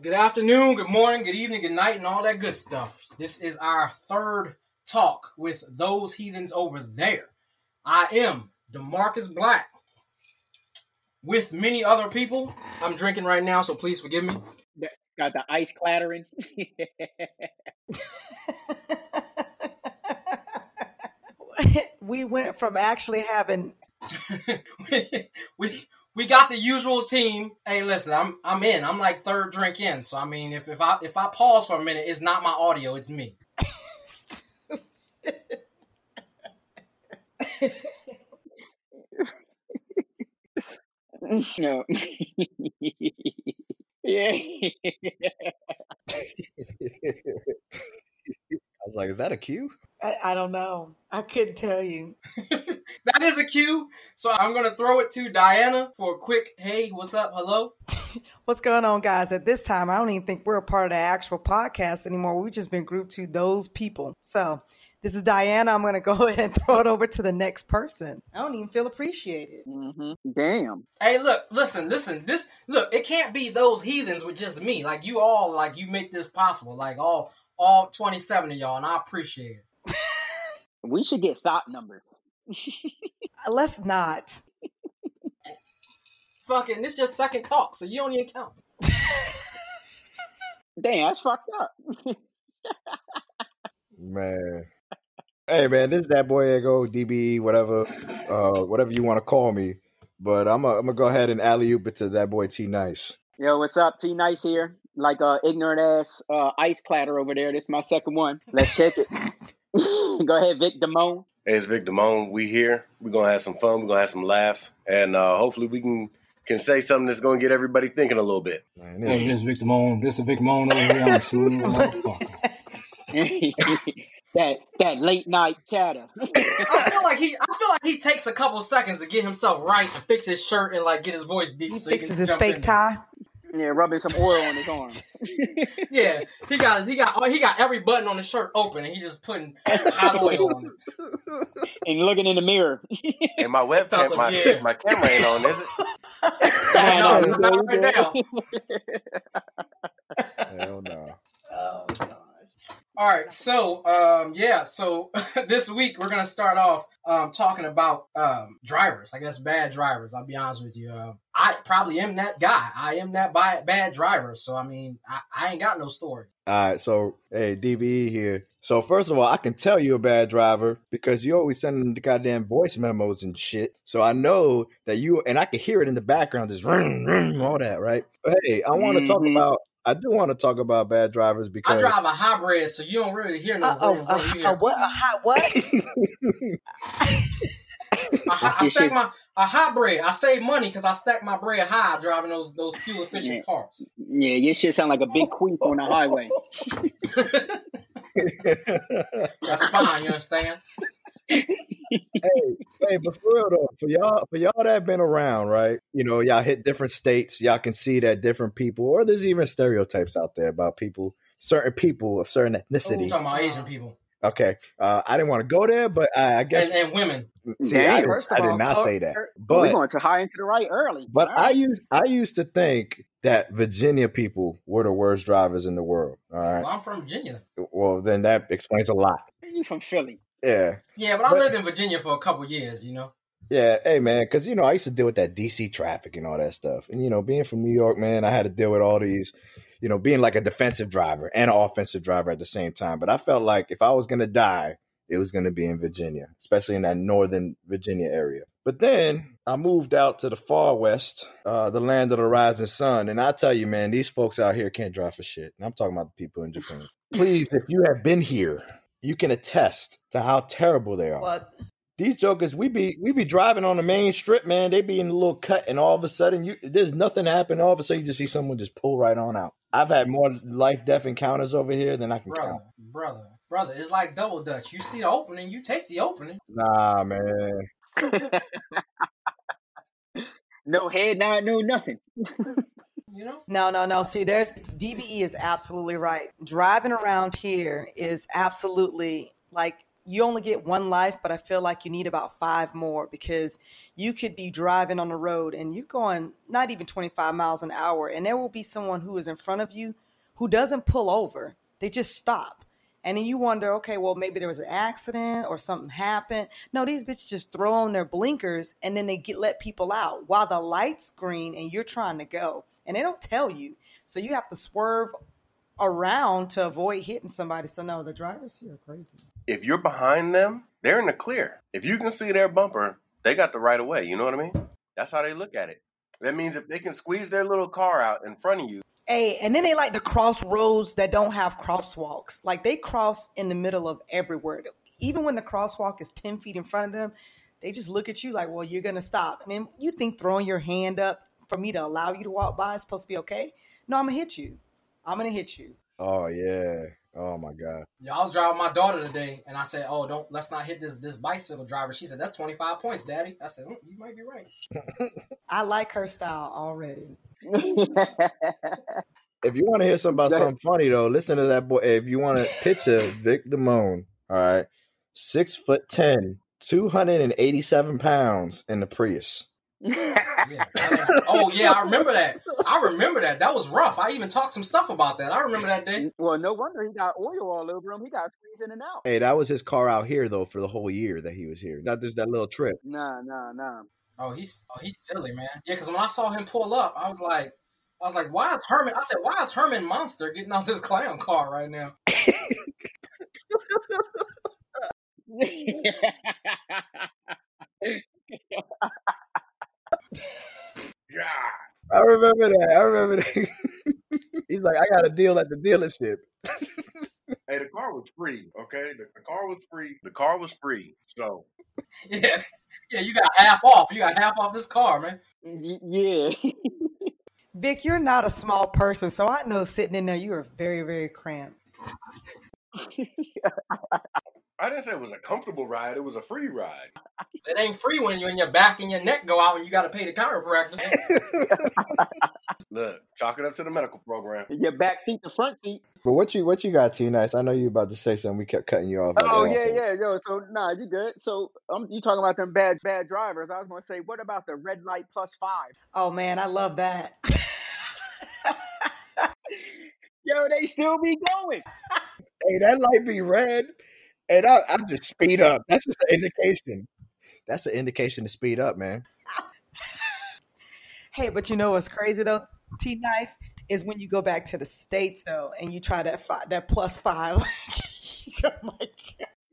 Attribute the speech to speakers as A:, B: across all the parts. A: Good afternoon, good morning, good evening, good night, and all that good stuff. This is our third talk with those heathens over there. I am Demarcus Black. With many other people, I'm drinking right now, so please forgive me.
B: Got the ice clattering.
C: we went from actually having
A: we we got the usual team. Hey, listen, I'm I'm in. I'm like third drink in. So I mean, if if I if I pause for a minute, it's not my audio, it's me.
B: no. yeah.
D: I was like, is that a cue?
C: I, I don't know. I couldn't tell you.
A: That is a cue. So I'm gonna throw it to Diana for a quick hey, what's up, hello.
C: What's going on, guys? At this time, I don't even think we're a part of the actual podcast anymore. We've just been grouped to those people. So this is Diana. I'm going to go ahead and throw it over to the next person. I don't even feel appreciated.
B: hmm Damn.
A: Hey, look, listen, listen. This look, it can't be those heathens with just me. Like you all, like you make this possible. Like all all 27 of y'all, and I appreciate it.
B: We should get thought numbers.
C: Let's not.
A: Fucking, this your second talk, so you don't even count.
B: Damn, that's fucked up.
D: Man. Hey man, this is that boy Ego, DBE, whatever, uh, whatever you want to call me. But I'm gonna I'm gonna go ahead and alley oop it to that boy T Nice.
B: Yo, what's up? T Nice here. Like a ignorant ass uh, ice clatter over there. This is my second one. Let's take it. Go ahead, Vic Damone.
E: Hey, it's Vic Damone. We here. We're gonna have some fun. We're gonna have some laughs, and uh, hopefully, we can can say something that's gonna get everybody thinking a little bit.
D: Man, this-
A: this is Victor Moan. This is Victor Moan over here. I'm smooth
B: that that late night chatter.
A: I feel like he, I feel like he takes a couple seconds to get himself right and fix his shirt and like get his voice deep.
C: He
A: so
C: fixes
A: can
C: his
A: jump
C: fake
A: in there.
C: tie.
B: yeah, rubbing some oil on his arm.
A: Yeah, he got his, he got oh, he got every button on his shirt open and he just putting hot oil on it.
B: and looking in the mirror.
E: And my
A: Toss
E: webcam,
A: up,
E: my,
A: yeah.
E: my camera ain't on, is it?
A: I know,
B: you
A: not
B: good, you
A: right
B: good.
A: now.
D: Hell no.
C: Oh,
A: All right, so um, yeah, so this week we're gonna start off um, talking about um, drivers. I guess bad drivers. I'll be honest with you. Uh, I probably am that guy. I am that bi- bad driver. So I mean, I, I ain't got no story.
D: All right, so hey, DBE here. So first of all, I can tell you a bad driver because you always sending the goddamn voice memos and shit. So I know that you and I can hear it in the background, just ring, ring, all that, right? But hey, I want to talk
B: Mhm.
D: about. I do want to talk about bad drivers
A: I
D: because
A: drive a hybrid, so you don't really hear no.
C: oh,
A: ring,
C: uh,
A: ring, you
C: uh,
A: hear-
C: what? A hot what?
A: I, hi- I stack my a hybrid. I save money because I stack my bread high driving those those fuel efficient cars.
B: Yeah, your shit sound like a big queef on the highway.
A: That's fine. You understand?
D: hey, hey, but for real though, for y'all, for y'all that have been around, right? You know, y'all hit different states. Y'all can see that different people, or there's even stereotypes out there about people, certain people of certain
A: I'm
D: ethnicity.
A: talking about Asian people
D: okay, uh, I didn't want to go there, but I, I guess
A: and, and women.
D: see, I,
B: Damn.
D: didn't,
C: First of
D: I did
C: all,
D: not
C: oh,
D: say that,
C: er-
B: we
D: but
B: going to high and to the right early.
D: but
B: All
D: I
B: right.
D: used I used to think that Virginia people were the worst drivers in the world. All
A: Well,
D: right,
A: I'm from Virginia.
D: well then that explains a lot.
B: you from Philly.
D: Yeah,
A: Yeah, but I
D: But-
A: lived in Virginia for a couple years. You know.
D: Yeah, hey man, because you know I used to deal with that DC traffic and all that stuff, and you know being from New York, man, I had to deal with all these, you know, being like a defensive driver and an offensive driver at the same time. But I felt like if I was gonna die, it was gonna be in Virginia, especially in that northern Virginia area. But then I moved out to the far west, uh, the land of the rising sun, and I tell you, man, these folks out here can't drive for shit. And I'm talking about the people in Japan. Please, if you have been here, you can attest to how terrible they are
C: What?
D: these jokers, we be we be driving on the main strip, man. They be in a little cut, and all of a sudden, you there's nothing happen. All of a sudden, you just see someone just pull right on out. I've had more life death encounters over here than I can
A: brother,
D: count.
A: brother, brother. It's like double dutch. You see the opening, you take the opening.
D: Nah, man.
B: No head, not no nothing.
A: You know,
C: No, no, no. See, there's E DBE is absolutely right. Driving around here is absolutely like you only get one life, but I feel like you need about five more because you could be driving on the road and you're going not even 25 miles an hour, and there will be someone who is in front of you who doesn't pull over. They just stop. And then you wonder, okay, well, maybe there was an accident or something happened. No, these bitches just throw on their blinkers and then they get let people out while the light's green and you're trying to go. And they don't tell you. So you have to swerve around to avoid hitting somebody. So no, the drivers here are crazy.
E: If you're behind them, they're in the clear. If you can see their bumper, they got the right of way. You know what I mean? That's how they look at it. That means if they can squeeze their little car out in front of you,
C: Hey, and then they like to cross roads that don't have crosswalks. Like they cross in the middle of everywhere. Even when the crosswalk is 10 feet in front of them, they just look at you like, well, you're going to stop. And then you think throwing your hand up for me to allow you to walk by is supposed to be okay? No, I'm going to hit you. I'm going to hit you.
D: Oh yeah. Oh my god.
A: Yeah, I was driving my daughter today, and I said, "Oh, don't let's not hit this this bicycle driver." She said, "That's twenty five points, Daddy." I said, "Mm, "You might be right."
C: I like her style already.
D: If you want to hear something about
B: Go ahead.
D: something funny though, listen to that boy. If you want to picture Vic Damone, all right, six foot ten, two hundred and eighty seven pounds in the Prius.
A: Yeah. I was- oh yeah, I remember that. I remember that. That was rough. I even talked some stuff about that. I remember that day.
B: well, no wonder he got oil all over him. He got squeezed in and out.
D: Hey, that was his car out here though for the whole year that he was here. Not just that little trip.
B: Nah, nah, nah.
A: Oh, he's oh he's silly, man. Yeah, because when I saw him pull up, I was like, I was like, "Why is Herman?" I said, "Why is Herman Monster getting out this clown car right now?"
E: yeah.
D: I remember that. I remember that. He's like, I got a deal at the dealership.
E: Hey, the car was free. Okay, the, the car was free. The car was free. So
A: Yeah, yeah, you got half off. You got half off this car, man.
B: Y- yeah.
C: Vic, you're not a small person, so I know sitting in there, you are very, very cramped.
E: I didn't say it was a comfortable ride. It was a free ride.
A: It ain't free when you and your back and your neck go out and you got to pay the chiropractor.
E: Look, chalk it up to the medical program.
B: Your back seat, the front seat.
D: But what you what you got, T Nice? I know you about to say something. We kept cutting you off. at the
B: Oh
D: end.
B: yeah, yeah, yo. So nah, you good? So um, you talking about them bad, bad drivers? I was gonna say, what about the red light plus five?
C: Oh man, I love that.
B: Yo, they still be going.
D: Hey, that light be red, and I, I just speed up. That's just an indication. That's an indication to speed up, man.
C: Hey, but you know what's crazy though? T nice is when you go back to the states though, and you try that five, that plus five. Like, you go like,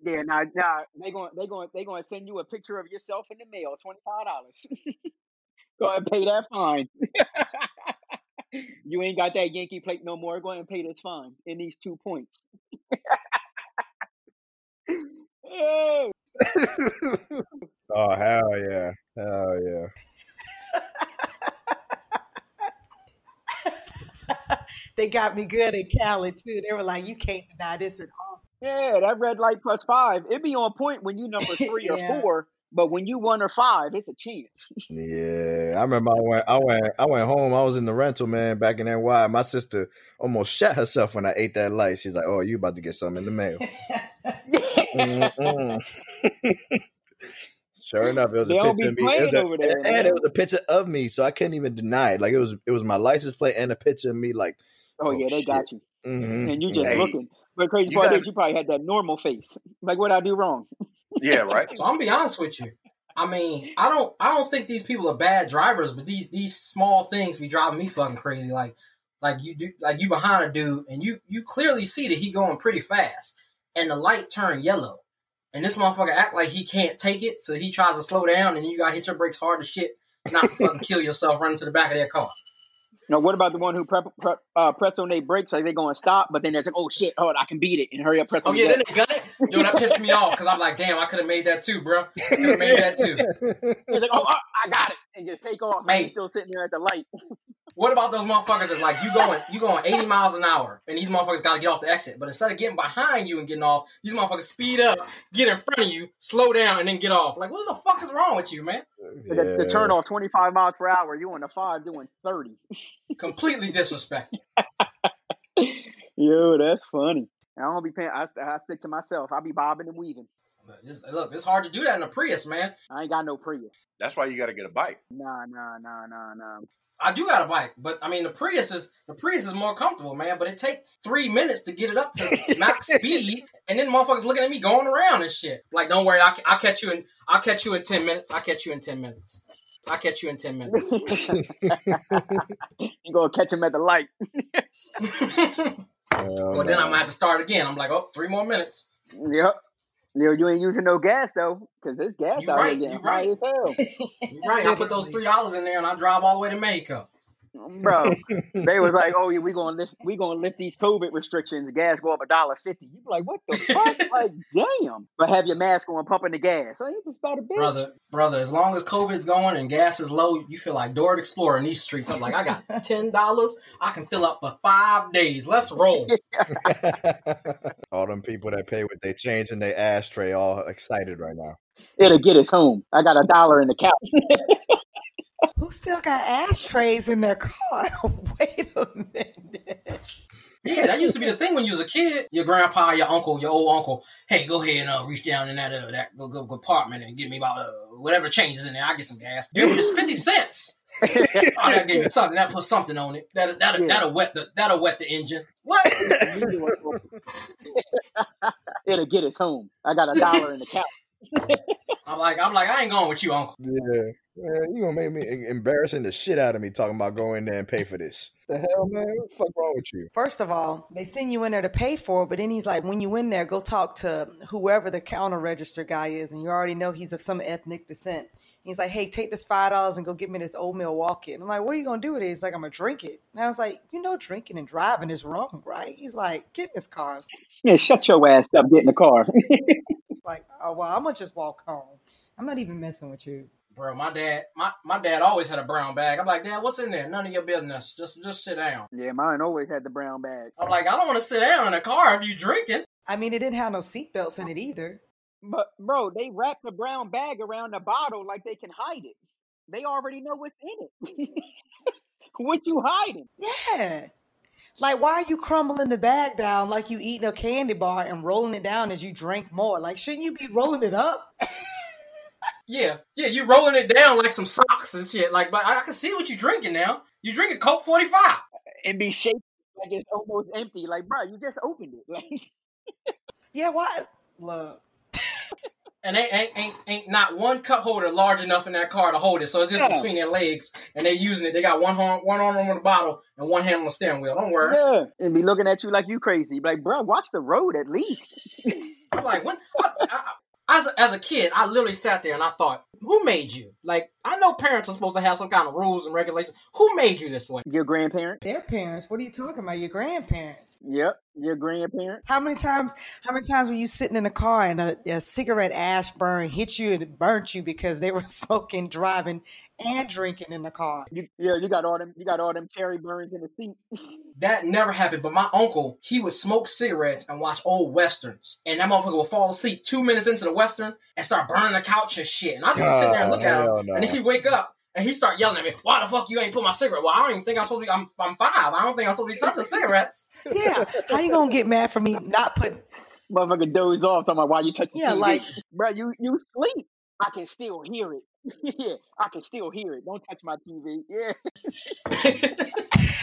B: Yeah, nah, nah. They going, they going, they going to send you a picture of yourself in the mail, twenty five dollars. Go ahead and pay that fine. you ain't got that Yankee plate no more. Go ahead and pay this fine in these two points. oh,
D: oh hell yeah, hell yeah.
C: they got me good at Cali too. They were like, you can't deny this at all.
B: yeah, that red light plus five. It be on point when you number three
C: Yeah.
B: or four, but when you one or five, it's a chance.
D: Yeah, I remember I went, I went, I went home. I was in the rental, man, back in NY. My sister almost shot herself when I ate that light. She's like, "Oh, you about to get something in the mail?"
E: Mm-hmm.
D: Mm-mm. sure enough, it was
B: They
D: a
B: don't
D: picture of
B: be
D: me, it was a-
B: playing over there,
D: and, and it
B: man.
D: was a picture of me, so I couldn't even deny it. Like it was, it was my license plate and a picture of me. Like,
B: Oh
D: Oh,
B: yeah, they
D: shit.
B: got you,
D: mhm,
B: and you just
D: mhm.
E: Mm, Hey,
B: looking. But crazy
E: you
B: part
E: guys-
B: is, you probably had that normal face. Like, what I do wrong?
E: Yeah, right.
A: So I'm gonna be honest with you. I mean, I don't I don't think these people are bad drivers, but these these small things be driving me fucking crazy. Like like you do like you behind a dude and you you clearly see that he going pretty fast and the light turned yellow. And this motherfucker act like he can't take it, so he tries to slow down and you gotta hit your brakes hard as shit not to fucking kill yourself running to the back of that car.
B: Now, what about the one who prep, prep, uh, press on their brakes like they're going to stop, but then they're like, oh shit, hold, on, I can beat it and hurry up, press
A: Oh
B: on
A: yeah,
B: the
A: then they gun it. Yo, that pissed me off because I'm like, damn, I could have made that too, bro. Could have made that too.
B: He's like, oh, oh, I got it, and just take off. And
A: Hey.
B: he's still sitting there at the light.
A: What about those motherfuckers that's like you going you going 80 miles an hour and these motherfuckers gotta get off the exit. But instead of getting behind you and getting off, these motherfuckers speed up, get in front of you, slow down, and then get off. Like what the fuck is wrong with you, man?
B: The, the turn off twenty five miles per hour. You on the five doing thirty.
A: Completely disrespectful.
B: Yo, that's funny. I don't be paying. I, I stick to myself. I be bobbing and weaving.
A: But this, look, it's hard to do that in a Prius, man.
B: I ain't got no Prius.
E: That's why you got to get a bike.
B: Nah, nah, nah, nah, nah.
A: I do got a bike, but I mean the Prius is the Prius is more comfortable, man. But it take three minutes to get it up to max speed, and then motherfuckers looking at me going around and shit. Like, don't worry, I will catch you in I'll catch you in ten minutes. I'll catch you in ten minutes. I'll catch you in ten minutes.
B: you gonna catch him at the light.
D: Hell
A: well, then
D: Oh, no.
A: I'm gonna have to start again. I'm like, oh, three more minutes.
B: Yep. Yo, you ain't using no gas though, because this gas
A: You
B: out
A: right,
B: here getting
A: you right.
B: high as hell.
A: You're right. I put those three dollars in there, and I drive all the way to Mexico.
B: bro. They was like, "Oh yeah, we gonna lift, we gonna lift these COVID restrictions. Gas go up a dollar fifty. You be like, "What the fuck? like, damn!" But have your mask on, pumping the gas. I ain't just about a bitch.
A: brother, brother. As long as COVID is going and gas is low, you feel like Dora the Explorer in these streets. I'm like, I got ten dollars, I can fill up for five days. Let's roll.
D: all them people that pay with their change in their ashtray all excited right now.
B: It'll get us home. I got a dollar in the couch.
C: Who still got ashtrays in their car? Wait a minute.
A: Yeah, that used to be the thing when you was a kid. Your grandpa, your uncle, your old uncle. Hey, go ahead and uh, reach down in that uh, that go, go, compartment and get me about uh, whatever changes in there. I get some gas. Dude, it's fifty cents. I gotta give you something. That put something on it. That that will
B: Yeah.
A: that'll wet the that'll wet the engine. What?
B: It'll get us home. I got a dollar in the couch.
A: I'm like I'm like I ain't going with you, uncle.
D: Yeah. Man, you gonna make me em- embarrassing the shit out of me talking about going there and pay for this. The hell, man? What the fuck wrong with you?
C: First of all, they send you in there to pay for it, but then he's like, when you in there, go talk to whoever the counter register guy is, and you already know he's of some ethnic descent. He's like, hey, take this five dollars and go get me this old Milwaukee. And I'm like, what are you gonna do with it? He's like, I'm gonna drink it. And I was like, you know, drinking and driving is wrong, right? He's like, get in his car. I was
B: Yeah, shut your ass up. Get in the car.
C: like, oh well, I'm gonna just walk home. I'm not even messing with you.
A: Bro, my dad, my, my dad always had a brown bag. I'm like, Dad, what's in there? None of your business. Just just sit down.
B: yeah, mine always had the brown bag.
A: I'm like, I don't want to sit down in a car if you drinking.
C: I mean, it didn't have no seatbelts in it either.
B: But bro, they wrap the brown bag around the bottle like they can hide it. They already know what's in it. what you hiding?
C: Yeah. Like, why are you crumbling the bag down like you eating a candy bar and rolling it down as you drink more? Like, shouldn't you be rolling it up?
A: Yeah, yeah, you rolling it down like some socks and shit. Like, but I, I can see what you drinking now. You drinking Coke 45.
B: and be shaking like it's almost empty. Like, bro, you just opened it. Like,
C: Yeah, why? Look.
A: And ain't, ain't, ain't, ain't not one cup holder large enough in that car to hold it. So it's just
B: Yeah.
A: between their legs and they using it. They got one arm, one arm on the bottle and one hand on the steering wheel. Don't worry.
B: yeah, and be looking at you like you crazy. Like, bro, watch the road at least.
A: I'm like, when I, I, I- as a, as a kid, I literally sat there and I thought, who made you? Like, I know parents are supposed to have some kind of rules and regulations. Who made you this way?
B: Your grandparent.
C: Their parents. What are you talking about? Your grandparents.
B: Yep, your grandparent.
C: How many times? How many times were you sitting in a car and a, a cigarette ash burn hit you and burnt you because they were smoking, driving, and drinking in the car?
B: You, yeah, you got all them. You got all them cherry burns in the seat.
A: That never happened. But my uncle, he would smoke cigarettes and watch old westerns, and that motherfucker would fall asleep two minutes into the western and start burning the couch and shit. And I just sit there and look at him,
D: Hell no.
A: and then he wake up. And he start yelling at me, "Why the fuck you ain't put my cigarette?" Well, I don't even think I'm supposed to be. I'm, I'm five. I don't think I'm supposed to be touching cigarettes.
C: Yeah. How you gonna get mad for me not putting?
B: Motherfucker doze off. Talking about why you touching.
C: Yeah, like
B: bro, you you sleep. I can still hear it. yeah, I can still hear it. Don't touch my TV. Yeah,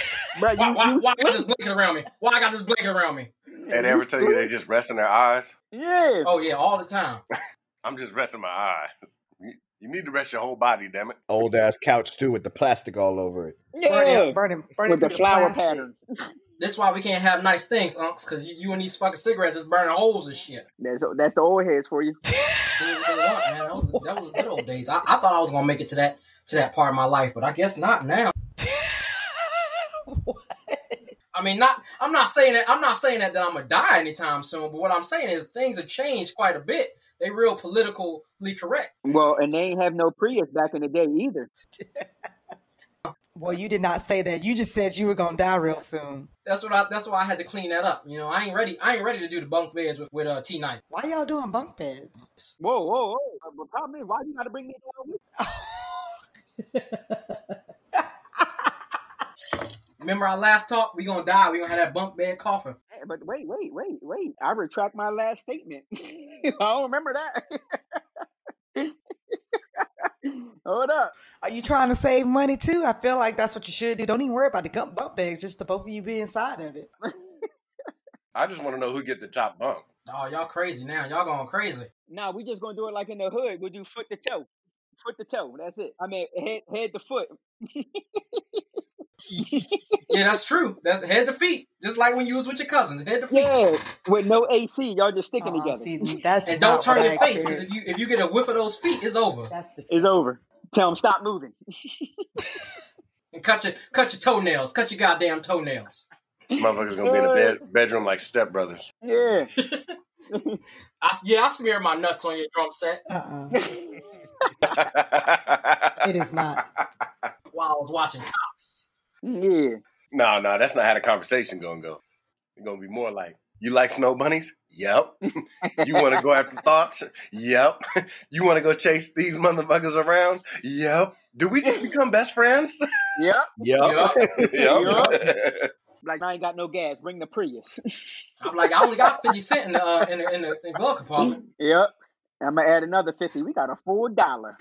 B: bro, you,
A: Why, why,
B: you
A: why I got this
B: sleep.
A: blanket around me? Why I got this blanket around me?
E: They never tell you they just resting their eyes.
B: Yeah,
A: Oh yeah, all the time.
E: I'm just resting my eyes. You, you need to rest your whole body, damn it.
D: Old ass couch too with the plastic all over it.
C: burning,
B: yeah.
C: burning, burning
B: With the flower
C: plastic.
B: pattern.
A: That's why we can't have nice things, unks, because you, you and these fucking cigarettes is burning holes and shit.
B: That's that's the old heads for you.
A: Do what they want, man. That was, that was good old days. I, I thought I was gonna make it to that to that part of my life, but I guess not now. I mean, not. I'm not saying that. I'm not saying that that I'm gonna die anytime soon. But what I'm saying is things have changed quite a bit. They real politically correct.
B: Well, and they ain't have no Prius back in the day either.
C: Well, you did not say that. You just said you were gonna die real soon.
A: That's what I. That's why I had to clean that up. You know, I ain't ready. I ain't ready to do the bunk beds with with uh, T9.
C: Why y'all doing bunk beds?
B: Whoa, whoa, whoa! But the problem is, why you gotta bring me down with?
A: Remember our last talk? We gonna die. We gonna have that bunk bed coffin.
B: but wait, wait, wait, wait. I retract my last statement. I don't remember that. Hold up.
C: Are you trying to save money too? I feel like that's what you should do. Don't even worry about the gump bump bags, just the both of you be inside of it.
E: I just want to know who get the top bunk.
A: Oh, y'all crazy now. Y'all going crazy.
B: Nah, we just gonna do it like in the hood. We'll do foot to toe. Foot to toe. That's it. I mean head head to foot.
A: Yeah, that's true. That's head to feet. Just like when you was with your cousins, head to feet.
B: yeah. With no AC, y'all just sticking
C: Uh-uh,
B: together.
C: see, that's
A: And don't
C: not
A: turn
C: what
A: your
C: I
A: face because if
C: experienced.
A: you if you get a whiff of those feet, it's over.
C: that's the
B: It's over. Tell them stop moving.
A: And cut your cut your toenails. Cut your goddamn toenails.
E: Motherfuckers gonna be in the bed, bedroom like stepbrothers.
B: Yeah.
A: I, yeah, I smear my nuts on your drum set
C: uh-uh.
E: it
C: It is not.
A: while I was watching Cops.
B: yeah.
E: No, no, that's not how the conversation gonna go. It's gonna be more like, you like snow bunnies? Yep. you want to go after thoughts? Yep. you want to go chase these motherfuckers around? Yep. Do we just become best friends?
B: Yep.
D: Yup.
A: Yup.
E: yep.
B: Like I ain't got no gas. Bring the Prius.
A: I'm like, I only got fifty cent in the uh, in the in the in the glove compartment.
B: yep. I'm gonna add another fifty. We got a full dollar.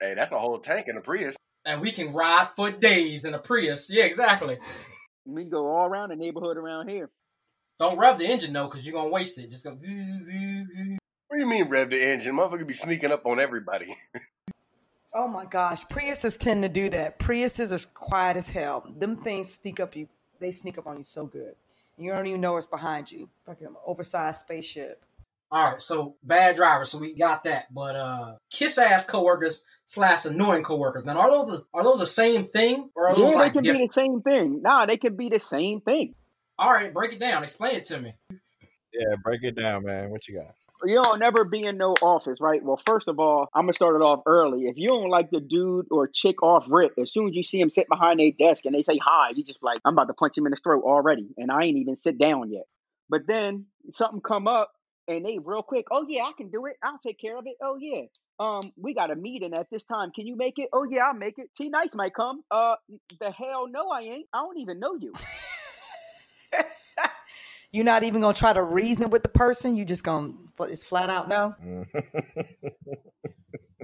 E: hey, that's a whole tank in a Prius.
A: and we can ride for days in a Prius. Yeah, exactly.
B: We can go all around the neighborhood around here.
A: Don't rev the engine though, because you're gonna waste it. Just go. "Voo, voo, voo."
E: What do you mean rev the engine? Motherfucker be sneaking up on everybody.
C: Oh my gosh, Priuses tend to do that. Priuses are quiet as hell. Them things sneak up you. They sneak up on you so good. You don't even know what's behind you. Fucking oversized spaceship.
A: All right, so bad driver. So we got that, but uh, kiss ass coworkers slash annoying coworkers. Now are those are those the same thing or are
B: yeah,
A: those
B: they
A: like
B: can
A: different?
B: be the same thing. Nah, they can be the same thing.
A: All right, break it down. Explain it to me.
D: Yeah, break it down, man. What you got?
B: You don't never be in no office, right? Well, first of all, I'm gonna start it off early. If you don't like the dude or chick off rip, as soon as you see him sit behind their desk and they say hi, you just like, I'm about to punch him in his throat already, and I ain't even sit down yet. But then something come up and they real quick, oh yeah, I can do it. I'll take care of it. Oh yeah. Um, we got a meeting at this time. Can you make it? Oh yeah, I'll make it. T Nice might come. Uh the hell no, I ain't. I don't even know you.
C: You're not even gonna try to reason with the person. You just gonna it's flat out no.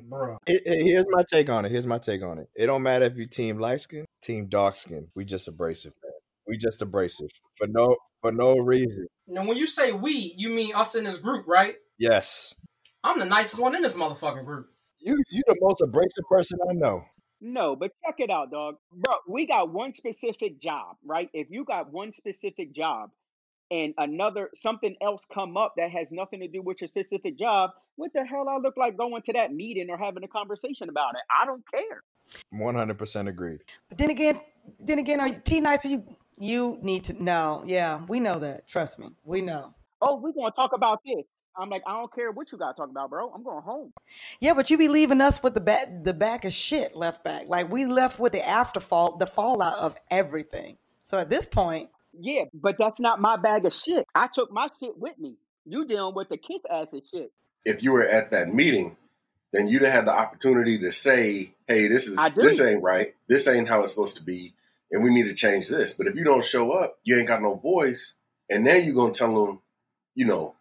D: Mm.
A: Bruh.
D: It- it- here's my take on it. Here's my take on it. It don't matter if you team light skin, team dark skin. We just abrasive, man. We just abrasive for no for no reason.
A: Now when you say we, you mean us in this group, right?
D: Yes,
A: I'm the nicest one in this motherfucking group.
D: you you the most abrasive person I know.
B: No, but check it out, dog. Bro, we got one specific job, right? If you got one specific job and another something else come up that has nothing to do with your specific job, what the hell I look like going to that meeting or having a conversation about it? I don't care.
D: One hundred percent agreed.
C: But then again, then again, are you T nice? Are you you need to know. Yeah, we know that. Trust me, we know.
B: Oh, we're gonna talk about this. I'm like, I don't care what you gotta talk about, bro. I'm going home.
C: Yeah, but you be leaving us with the back the back of shit left back. Like we left with the afterfall, the fallout of everything. So at this point,
B: Yeah, but that's not my bag of shit. I took my shit with me. You dealing with the kiss ass and shit.
E: If you were at that meeting, then you'd have had the opportunity to say, "Hey, this is
B: I do.
E: this ain't right. This ain't how it's supposed to be, and we need to change this." But if you don't show up, you ain't got no voice, and now you're gonna tell them, you know,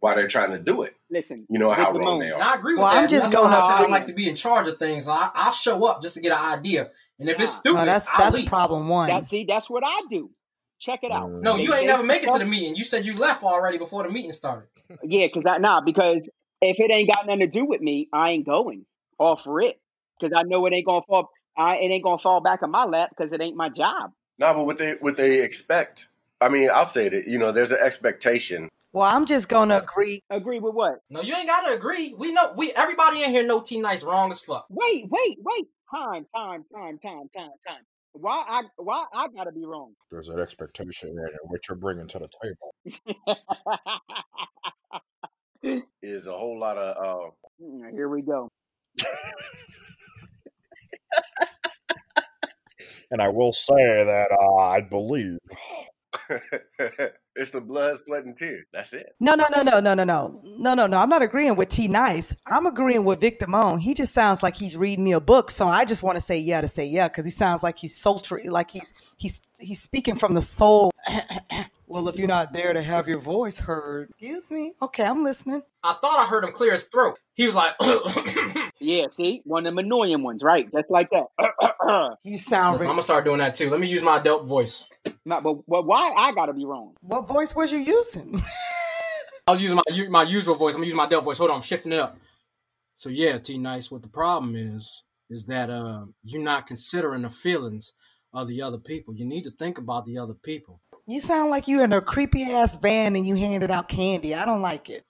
E: why they're trying to do it.
B: Listen,
E: You know
B: Vic
E: how
B: Damone,
E: wrong they
A: And I
E: are.
A: agree with
C: Well,
A: that.
C: I'm just
A: that's why
C: going
A: I said I
B: hard.
A: like to be in charge of things. I, I'll show up just to get an idea. And if it's
B: Nah.
A: stupid,
C: no, oh, that's
A: I'll
C: that's
A: leave.
C: problem one.
B: That see, that's what I do. Check it out.
A: No,
D: Mm.
B: They-
A: you ain't
B: they
A: never make it to
B: fuck-
A: the meeting. You said you left already before the meeting started.
B: Yeah, because I nah, because if it ain't got nothing to do with me, I ain't going off rip. Because I know it ain't gonna fall. I it ain't gonna fall back on my lap because it ain't my job.
E: No, but what they what they expect. I mean, I'll say that you know, there's an expectation.
C: well, I'm just going to agree.
B: Agree with what?
A: No, you ain't gotta agree. We know we everybody in here know T Nice wrong as fuck.
B: Wait, wait, wait. Time, time, time, time, time, time. Why I why I gotta be wrong?
D: There's an expectation in what you're bringing to the table.
E: Is a whole lot of uh,
B: Mm, Here we go.
D: And I will say that uh, I believe
E: uh, it's the blood, sweat, and tears. That's it.
C: No, no, no, no, no, no, no, no, no, no. I'm not agreeing with T Nice. I'm agreeing with Victor Moan. He just sounds like he's reading me a book, so I just want to say yeah to say yeah because he sounds like he's sultry, like he's he's he's speaking from the soul. Well, if you're not there to have your voice heard, excuse me. Okay, I'm listening.
A: I thought I heard him clear his throat. He was like,
B: Yeah, see, one of them annoying ones, right? Just like that.
C: You sound.
A: Listen, I'm
C: Re-
A: gonna start doing that too. Let me use my adult voice.
B: Not, but, but why I gotta be wrong?
C: what voice was you using?
A: I was using my u- my usual voice. I'm gonna use my adult voice. Hold on, I'm shifting it up. So yeah, T Nice, what the problem is is that uh, you're not considering the feelings of the other people. You need to think about the other people.
C: you sound like you in a creepy ass van and you handed out candy. I don't like it.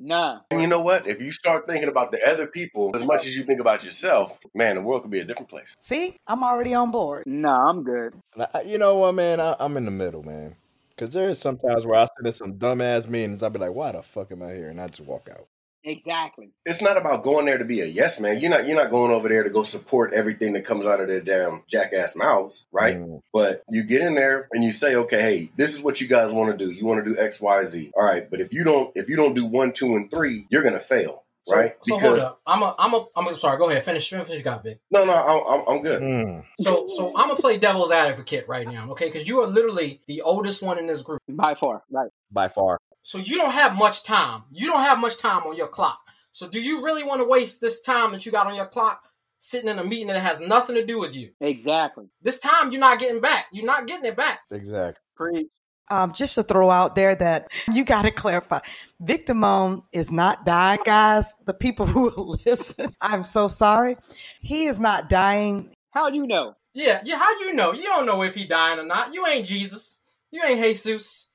B: nah,
E: And you know what? If you start thinking about the other people as much as you think about yourself, man, the world could be a different place.
C: See, I'm already on board.
B: nah, I'm good.
D: And I, you know what, man? I, I'm in the middle, man. Because there is sometimes where I sit in some dumbass meetings, I'll be like, why the fuck am I here? And I just walk out.
B: Exactly.
E: It's not about going there to be a yes man. You're not you're not going over there to go support everything that comes out of their damn jackass mouths, right?
D: Mm.
E: But you get in there and you say, okay, hey, this is what you guys want to do. You want to do X, Y, Z. All right, but if you don't, if you don't do one, two, and three, you're gonna fail,
A: So,
E: right?
A: So hold up. I'm a I'm a I'm a, sorry. Go ahead. Finish. Finish. You got Vic.
E: no, no, I'm, I'm, I'm good.
D: Mm.
A: So so I'm gonna play devil's advocate right now, okay? Because you are literally the oldest one in this group.
B: By far, right?
D: By far.
A: So you don't have much time. You don't have much time on your clock. So do you really want to waste this time that you got on your clock sitting in a meeting that has nothing to do with you?
B: Exactly.
A: This time you're not getting back. You're not getting it back.
D: Exactly.
B: Preach.
C: Um, just to throw out there that you got to clarify, Victimone is not dying, guys. The people who listen, I'm so sorry. He is not dying.
B: How do you know?
A: Yeah, yeah. How you know? You don't know if he dying or not. You ain't Jesus. You ain't Jesus.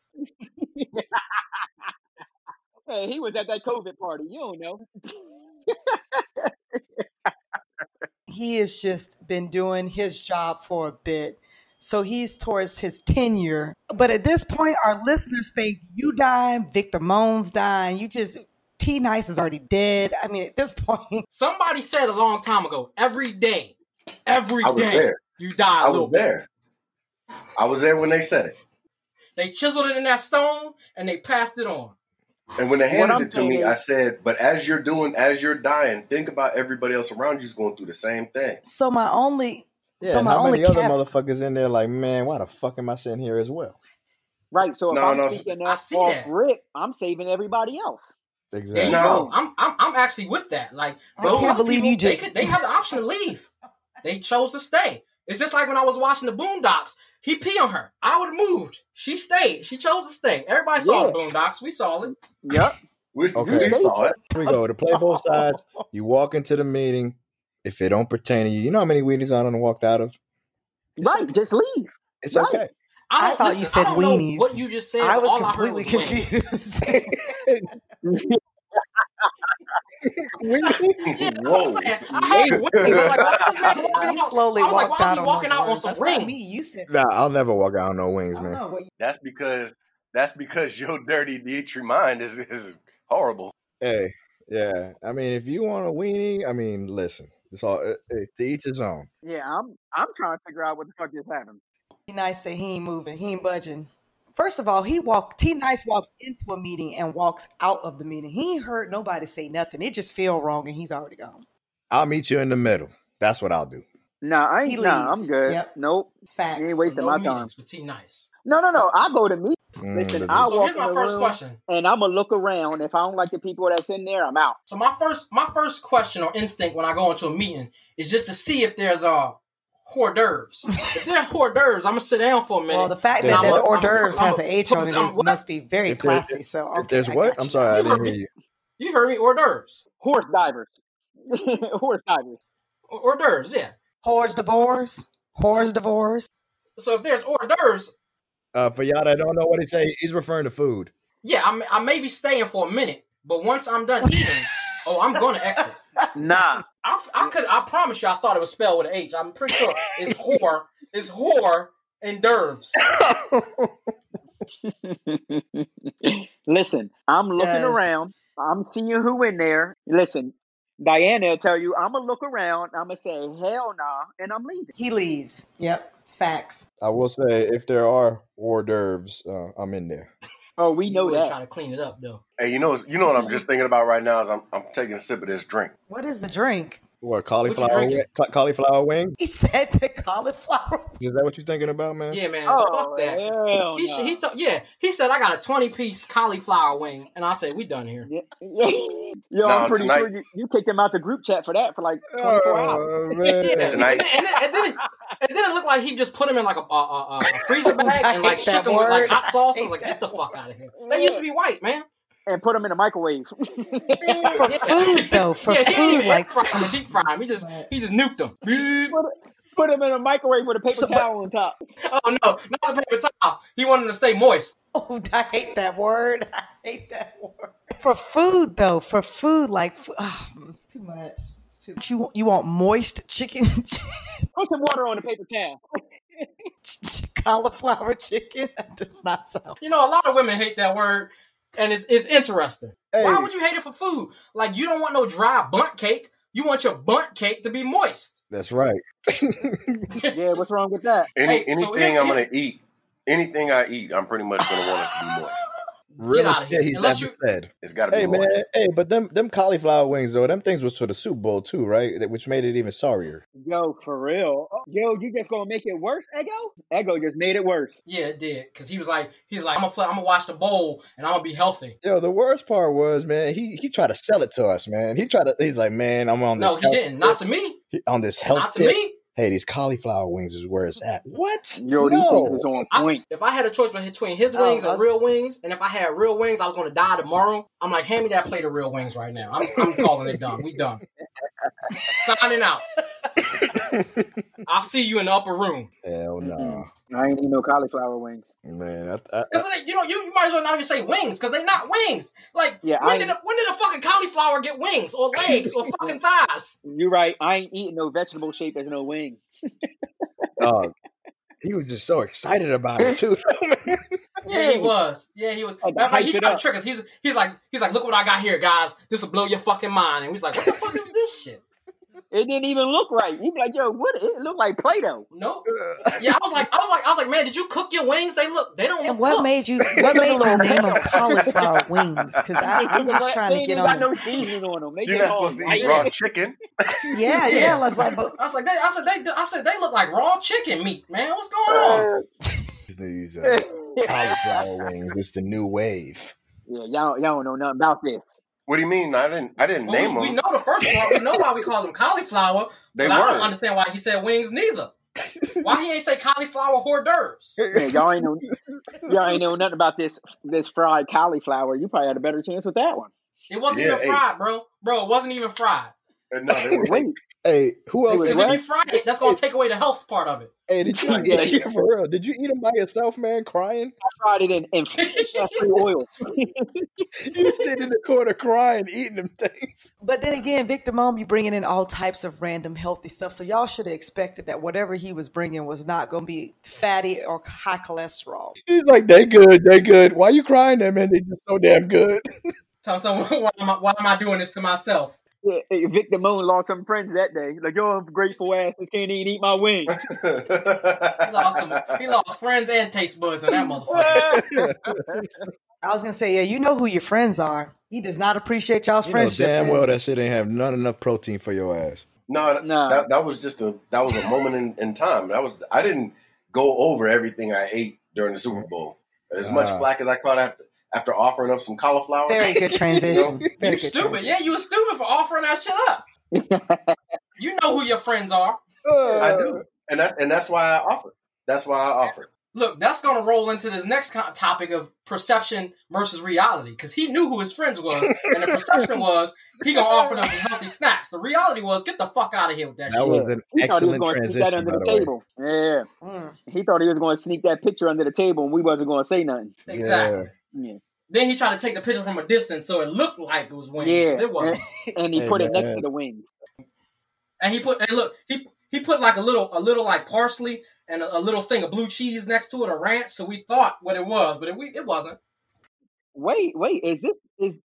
B: Hey, he was at that COVID party. You don't know.
C: He has just been doing his job for a bit. So he's towards his tenure. But at this point, our listeners think you dying, Victor Moan's dying. You just, T Nice is already dead. I mean, at this point,
A: Somebody said a long time ago. Every day, every
E: I was
A: day,
E: there.
A: you die a
E: I
A: little
E: was
A: bit.
E: there. I was there when they said it,
A: They chiseled it in that stone and they passed it on.
E: and when they
B: What
E: handed
B: I'm
E: it to me,
B: saying
E: I
B: is-
E: said, "But as you're doing, as you're dying, think about everybody else around you's going through the same thing."
C: so my only,
D: Yeah.
C: so
D: and
C: my
D: how
C: only
D: many other
C: cap-
D: motherfuckers in there like, man, why the fuck am I sitting here as well?
B: Right. So if
E: No,
B: I'm
E: no,
B: speaking
A: I
B: off,
A: see
B: off
A: that.
B: rip, I'm saving everybody else.
A: There you
D: Exactly.
E: No.
A: go. I'm, I'm I'm actually with that. Like
C: I
A: those
C: can't
A: other
C: believe
A: people,
C: you just-
A: they could, they have the option to leave. They chose to stay. It's just like when I was watching the Boondocks. He pee on her. I would have moved. She stayed. She chose to stay. Everybody saw
B: Yeah.
A: the Boondocks. We saw it.
B: Yep.
E: We,
D: Okay.
E: we saw it.
D: Here we go. To play both sides, you walk into the meeting. If it don't pertain to you, you know how many Wheaties I done walked out of? It's
B: Right.
D: okay.
B: Just leave.
D: It's
B: Right.
D: okay.
A: I
C: I
A: don't.
C: thought you
A: listen,
C: said
A: I don't
C: weenies.
A: know what you just said.
C: I
A: but
C: was
A: all
C: completely
A: I heard was weenies.
C: confused.
A: Yeah, that's
E: Whoa.
A: what I'm saying. I heard wings. I was like, why is this man walking
C: you
A: out?
C: slowly
A: I was like,
C: walked
A: why is
C: out
A: he
C: on
A: walking
C: those
A: out on
C: words.
A: some
C: That's not me.
A: wings?
C: You said.
D: nah, I'll never walk out on no wings,
C: I don't
D: man.
C: know what you-
E: That's because that's because your dirty Dietry mind is is horrible.
D: Hey, yeah. I mean, if you want a weenie, I mean, listen, it's all eh, eh, to each his own.
B: Yeah. I'm. I'm trying to figure out what the fuck just happened.
C: T Nice said he ain't moving. He ain't budging. First of all, he walked. T Nice walks into a meeting and walks out of the meeting. He ain't heard nobody say nothing. It just feel wrong, and he's already gone.
D: I'll meet you in the middle. That's what I'll do.
B: Nah. I
C: He
B: ain't. Nah. I'm
C: leaves.
B: good.
C: Yep.
B: Nope. You ain't
C: Facts.
A: So
B: wasting
A: no
B: my time.
A: meetings with T Nice.
B: No. No. No. I go to meet.
D: Mm,
B: Listen.
D: but
B: I
D: it's-
A: So
B: walk
A: here's
B: in
A: my
B: the
A: first
B: room
A: question.
B: and I'm gonna look around. If I don't like the people that's in there, I'm out.
A: So my first my first question or instinct when I go into a meeting is just to see if there's uh hors d'oeuvres. if there's hors d'oeuvres, I'm gonna sit down for a minute.
C: Well, the fact
A: and
C: that,
D: Then
C: that
A: I'ma-
C: the hors
A: I'ma-
C: d'oeuvres
A: I'ma-
C: has an H on it
A: I'ma-
C: is,
A: what?
C: must be very
D: if, there,
C: classy. So,
D: if
C: okay,
D: there's
C: I
D: what?
C: got
D: I'm
C: you.
D: sorry, I
A: You
D: didn't
A: heard
D: hear
A: me.
D: you.
A: You heard me. Hors d'oeuvres.
B: Horse divers. Horse divers.
A: Hors d'oeuvres. Yeah.
C: Whores divorce. Whores divorce.
A: So if there's hors d'oeuvres,
D: Uh, for y'all that don't know what he say, he's referring to food.
A: yeah, I'm, I may be staying for a minute, but once I'm done eating, oh, I'm gonna exit.
B: Nah.
A: I, I could I promise you I thought it was spelled with an H. I'm pretty sure it's whore. It's whore and d'oeuvres.
B: Listen, I'm looking
C: Yes.
B: around. I'm seeing who in there. Listen, Diana will tell you, I'm going to look around. I'm going to say, hell nah, and I'm leaving.
C: He leaves. Yep. Facts.
D: I will say, if there are hors d'oeuvres, uh, I'm in there.
B: Oh, we
A: You
B: know
A: would
B: that.
A: try to clean it up though.
E: Hey, you know you know what I'm just thinking about right now is I'm I'm taking a sip of this drink.
C: What is the drink?
D: What cauliflower?
A: drinking?
D: ca- cauliflower wings?
C: He said the cauliflower.
D: Is that what you're thinking about, man?
A: Yeah, man.
B: Oh,
A: fuck that.
B: hell
A: He,
B: no.
A: he told yeah. He said I got a twenty piece cauliflower wing, and I said we done here.
B: Yeah, yeah. Yo,
E: Nah,
B: I'm pretty
E: tonight-
B: sure you, you kicked him out the group chat for that for like 24 hours.
D: Oh, man.
A: Yeah,
E: Tonight.
A: And, then, and, then, and, then it, and then it looked like he just put him in like a, a, a, a freezer bag
C: I
A: and like
C: hate
A: shook
C: that
A: him with like
C: word.
A: hot sauce. I was
C: hate
A: like, get
C: that
A: the fuck out of here. They used to be white, man.
E: Uh.
B: And put him in the microwave.
A: Yeah.
C: Food though, for
A: yeah, he didn't
C: food,
A: even air
C: like
A: fry him, deep fry him. He just he just nuked him. Beep.
B: put him in a microwave with a paper
A: So- but-
B: towel on top.
A: Oh no, not the paper towel. He wanted to stay moist.
C: Oh, I hate that word. I hate that word. For food, though, for food, like f- ah, it's too much. It's too. You you want moist chicken,
B: Put some water on the paper towel.
C: cauliflower chicken? That does not sound.
A: You know, a lot of women hate that word, and it's it's interesting.
D: Hey,
A: Why would you hate it for food? Like you don't want no dry bunt cake. You want your bunt cake to be moist.
D: that's right.
B: Yeah, what's wrong with that?
E: Any
A: Hey, so
E: anything
A: here's-
E: I'm gonna eat, anything I eat, I'm pretty much gonna want it to be moist.
D: Real
A: outta here.
D: shit he's
A: Unless
D: ever
A: you-
D: said.
E: It's gotta be
D: Hey man,
E: moist.
D: hey, but them them cauliflower wings though, them things was for the Super Bowl too, right? That- Which made it even sorrier.
B: Yo, for real. Oh, Yo, you just gonna make it worse, Ego? Ego just made it worse.
A: Yeah, it did. Cause he was like, he's like, I'm gonna play, I'm gonna watch the bowl, and I'm gonna be healthy.
D: Yo, the worst part was, man, he he tried to sell it to us, man. He tried to. He's like, man, I'm on this.
A: No, he
D: health-
A: didn't. Not to me.
D: on this health
A: Not to
D: tip.
A: me.
D: Hey, these cauliflower wings is where it's at. What?
B: Yo, these things
D: no.
B: is on
A: I s-
B: point.
A: if I had a choice between his
C: Oh,
A: wings
C: I
A: and
C: was-
A: real wings, and if I had real wings, I was gonna die tomorrow. I'm like, hand me that plate of real wings right now. I'm, I'm calling it done. We done. Signing out. I'll see you in the upper room.
D: Hell no,
B: I ain't eat no cauliflower wings.
D: man. I, I,
A: Cause it, you know, you, you might as well not even say wings, cause they not wings. Like,
B: Yeah,
A: when
B: I-
A: did a, when did a fucking cauliflower get wings or legs or fucking thighs?
B: You're right. I ain't eating no vegetable shape as no wing.
D: dog, he was just so excited about it too.
A: Yeah, he was. Yeah, he was.
B: Had to
A: Matter of fact, he
B: hype it
A: tried to
B: up.
A: trick us. He's he's like he's like, look what I got here, guys. This will blow your fucking mind. And we was like, what the fuck is this shit?
B: It didn't even look right. You be like, yo, what? It looked like Play-Doh.
A: Nope. Yeah, I was like, I was like, I was like, man, did you cook your wings? They look, they don't.
C: And
A: look
C: what
A: cooked.
C: made you? What made you name them cauliflower wings? Because I'm just
B: they
C: trying to
B: ain't
C: get
B: even got
C: on.
B: no seasoning on them. They
E: You're
B: just
E: not
B: all
E: supposed to
B: white.
E: eat raw chicken.
C: it. yeah,
A: Yeah.
C: yeah. Let's like, but
A: I was like, they, I said they, I said they look like raw chicken meat, man. What's going on?
D: These uh, cauliflower wings. It's the new wave.
B: Yeah, y'all, y'all don't know nothing about this.
E: What do you mean? I didn't. I didn't
A: Well,
E: name
A: we, we
E: them.
A: know the first one. We know why we call them cauliflower.
E: They
A: but I don't
E: were.
A: understand why he said wings neither. Why he ain't say cauliflower hors d'oeuvres?
B: Yeah, y'all ain't know, y'all ain't know nothing about this this fried cauliflower. You probably had a better chance with that one.
A: It wasn't
E: Yeah,
A: even
E: hey.
A: fried, bro. Bro, it wasn't even fried.
E: Uh, No, they were.
B: Wait,
D: Hey, who else?
B: was
A: Because
D: Did
A: if
D: you,
A: you fry it, that's gonna take away the health part of it.
D: hey, did you? Yeah, yeah, for real. Did you eat them by yourself, man? Crying.
B: I fried it in, in free oil.
D: You sitting in the corner crying, eating them things.
C: But then again, Victor Mom, you bringing in all types of random healthy stuff. So y'all should have expected that whatever he was bringing was not going to be fatty or high cholesterol.
D: He's like, they good, they good. Why you crying then, man? They just so damn good.
A: Tell someone why am I, why am I doing this to myself?
B: Yeah, hey, Victor Moon lost some friends that day. Like, yo, I'm grateful ass. This can't even eat my wings.
A: He lost some, he lost friends and taste buds on that motherfucker.
C: I was going to say, yeah, you know who your friends are. He does not appreciate y'all's
D: You know
C: friendship.
D: damn
C: man.
D: well that shit ain't have not enough protein for your ass.
E: no,
B: No.
E: That, that was just a that was a moment in, in time. That was I didn't go over everything I ate during the Super Bowl. As much
D: Ah.
E: flack as I caught after after offering up some cauliflower.
C: Very good transition. Very
A: You
C: good
A: stupid.
C: transition.
A: Yeah, you was stupid for offering that shit up. You know who your friends are.
D: Uh,
E: I do, and that's and that's why I offered. That's why I offered.
A: Look, that's gonna roll into this next co- topic of perception versus reality. Because he knew who his friends was, and the perception was he gonna offer them some healthy snacks. The reality was get the fuck out of here with that
D: That
A: shit.
D: was an
B: He thought he was
D: excellent
B: going to sneak that
D: transition,
B: under
D: by
B: the
D: the way.
B: table. Yeah,
C: Mm.
B: he thought he was going to sneak that picture under the table, and we wasn't going to say nothing.
A: Exactly.
B: Yeah,
A: Then he tried to take the picture from a distance, so it looked like it was wings.
B: yeah.
A: but it wasn't.
B: And, and he
D: Hey,
B: put it next
D: man.
B: to the wings.
A: and he put and look he he put like a little a little like parsley and a, a little thing of blue cheese next to it a ranch so we thought what it was but it, we, it wasn't
B: Wait, wait. Is this is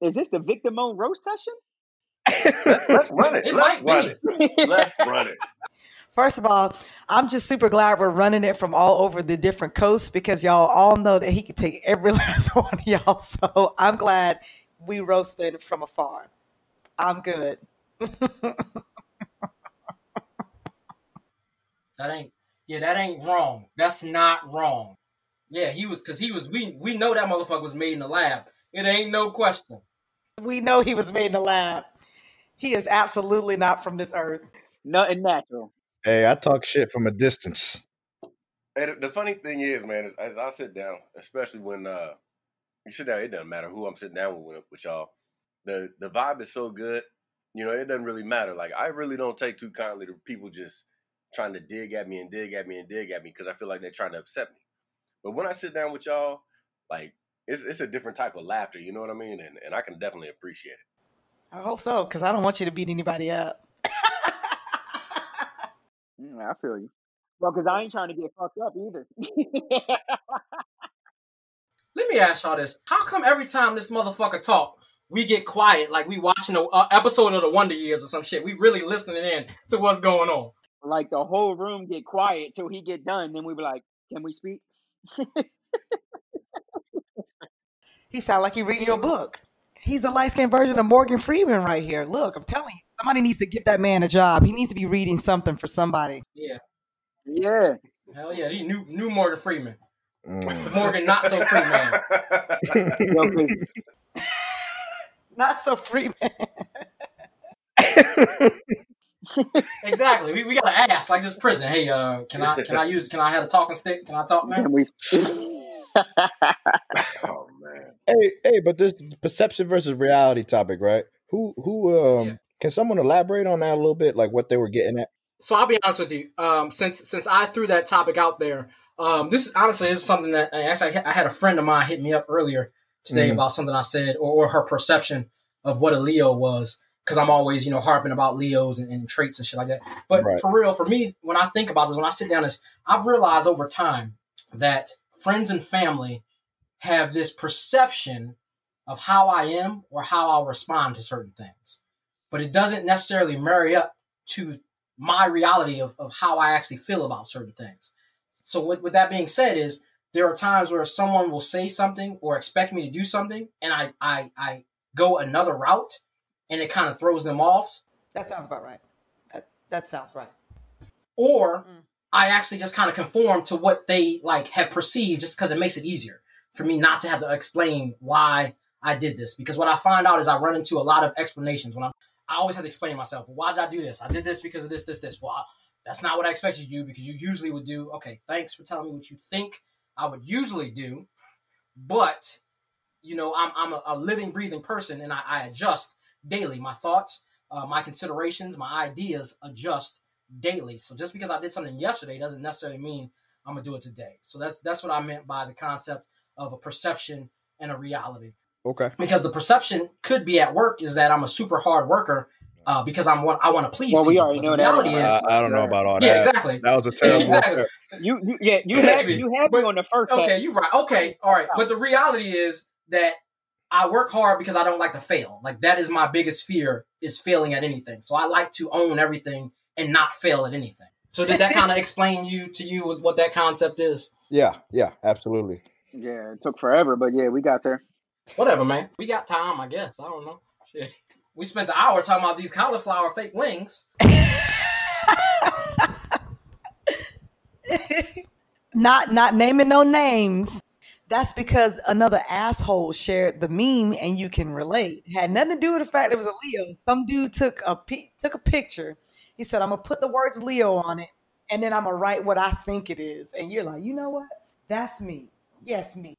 B: is this the Victor Moan roast session?
E: Let's run it.
A: It
E: Let's
A: might
E: run
A: be.
E: it. Let's run it.
C: First of all, I'm just super glad we're running it from all over the different coasts because y'all all know that he could take every last one of y'all. So I'm glad we roasted from afar. I'm good.
A: That ain't yeah, that ain't wrong. That's not wrong. Yeah, he was because he was we we know that motherfucker was made in the lab. It ain't no question.
C: We know he was made in the lab. He is absolutely not from this earth.
B: Nothing natural.
D: Hey, I talk shit from a distance.
E: And the- the funny thing is, man, is as I sit down, especially when uh you sit down, it doesn't matter who I'm sitting down with with y'all. The the vibe is so good, you know, it doesn't really matter. Like I really don't take too kindly to people just trying to dig at me and dig at me and dig at me because I feel like they're trying to upset me. But when I sit down with y'all, like it's it's a different type of laughter, you know what I mean? And and I can definitely appreciate it.
C: I hope so, because I don't want you to beat anybody up.
B: Mm, I feel you. Well, because I ain't trying to get fucked up either.
A: Let me ask y'all this: How come every time this motherfucker talk, we get quiet like we watching an uh, episode of the Wonder Years or some shit? We really listening in to what's going on.
B: like the whole room get quiet till he get done, then we be like, "Can we speak?"
C: He sound like he reading your book. He's the light skinned version of Morgan Freeman right here. Look, I'm telling you, somebody needs to give that man a job. He needs to be reading something for somebody.
A: Yeah,
B: Yeah,
A: hell yeah, he new new Morgan Freeman,
D: Mm.
A: Morgan not so free man.
B: yo, 'cause
C: Not so Freeman.
A: Exactly. We, we gotta ask like this prison. Hey, uh, can I can I use can I have a talking stick? Can I talk, man?
B: can we?
E: oh man.
D: hey, hey, but this perception versus reality topic, right? Who, who, um,
A: Yeah.
D: can someone elaborate on that a little bit, like what they were getting at?
A: so I'll be honest with you. Um, since since I threw that topic out there, um, this is honestly this is something that I actually I had a friend of mine hit me up earlier today
D: Mhm.
A: about something I said or, or her perception of what a Leo was because I'm always you know harping about Leos and, and traits and shit like that. But
D: Right.
A: for real, for me, when I think about this, when I sit down, this I've realized over time that friends and family have this perception of how I am or how I'll respond to certain things, but it doesn't necessarily marry up to my reality of, of how I actually feel about certain things. So with, with that being said is there are times where someone will say something or expect me to do something and I I, I go another route and it kind of throws them off.
C: That sounds about right. That, that sounds right.
A: Or
C: Mm.
A: I actually just kind of conform to what they like have perceived just because it makes it easier for me not to have to explain why I did this. Because what I find out is I run into a lot of explanations when I'm I always have to explain myself. Why did I do this? I did this because of this, this, this. Well, I- that's not what I expected you to do because you usually would do. Okay, thanks for telling me what you think I would usually do, but you know I'm I'm a, a living, breathing person, and I, I adjust daily. My thoughts, uh, my considerations, my ideas adjust daily. So just because I did something yesterday doesn't necessarily mean I'm gonna do it today. So that's that's what I meant by the concept of a perception and a reality
D: Okay.
A: because the perception could be at work is that I'm a super hard worker uh, because I'm one, I want to please
B: well, we
A: people.
B: already
A: But the
B: know that.
A: reality is,
B: about
D: I,
B: us.
D: I don't know about all
A: yeah,
D: that.
A: exactly,
D: That was a terrible.
A: exactly.
B: You, you, yeah, you had
A: Agree.
B: you had me
A: But-
B: on the first
A: Okay,
B: half.
A: you're right. Okay, all right. But the reality is that I work hard because I don't like to fail. Like that is my biggest fear is failing at anything. So I like to own everything and not fail at anything. So did that kind of explain you to you was what that concept is?
D: Yeah, yeah, absolutely.
B: Yeah, it took forever, but yeah, we got there.
A: Whatever, man. We got time, I guess. I don't know. Shit. We spent an hour talking about these cauliflower fake wings.
C: not not naming no names. That's because another asshole shared the meme, and you can relate. had nothing to do with the fact it was a Leo. Some dude took a pi- took a picture. He said, "I'm gonna put the words Leo on it, and then I'm gonna write what I think it is." And you're like, you know what? That's me. Yes, me.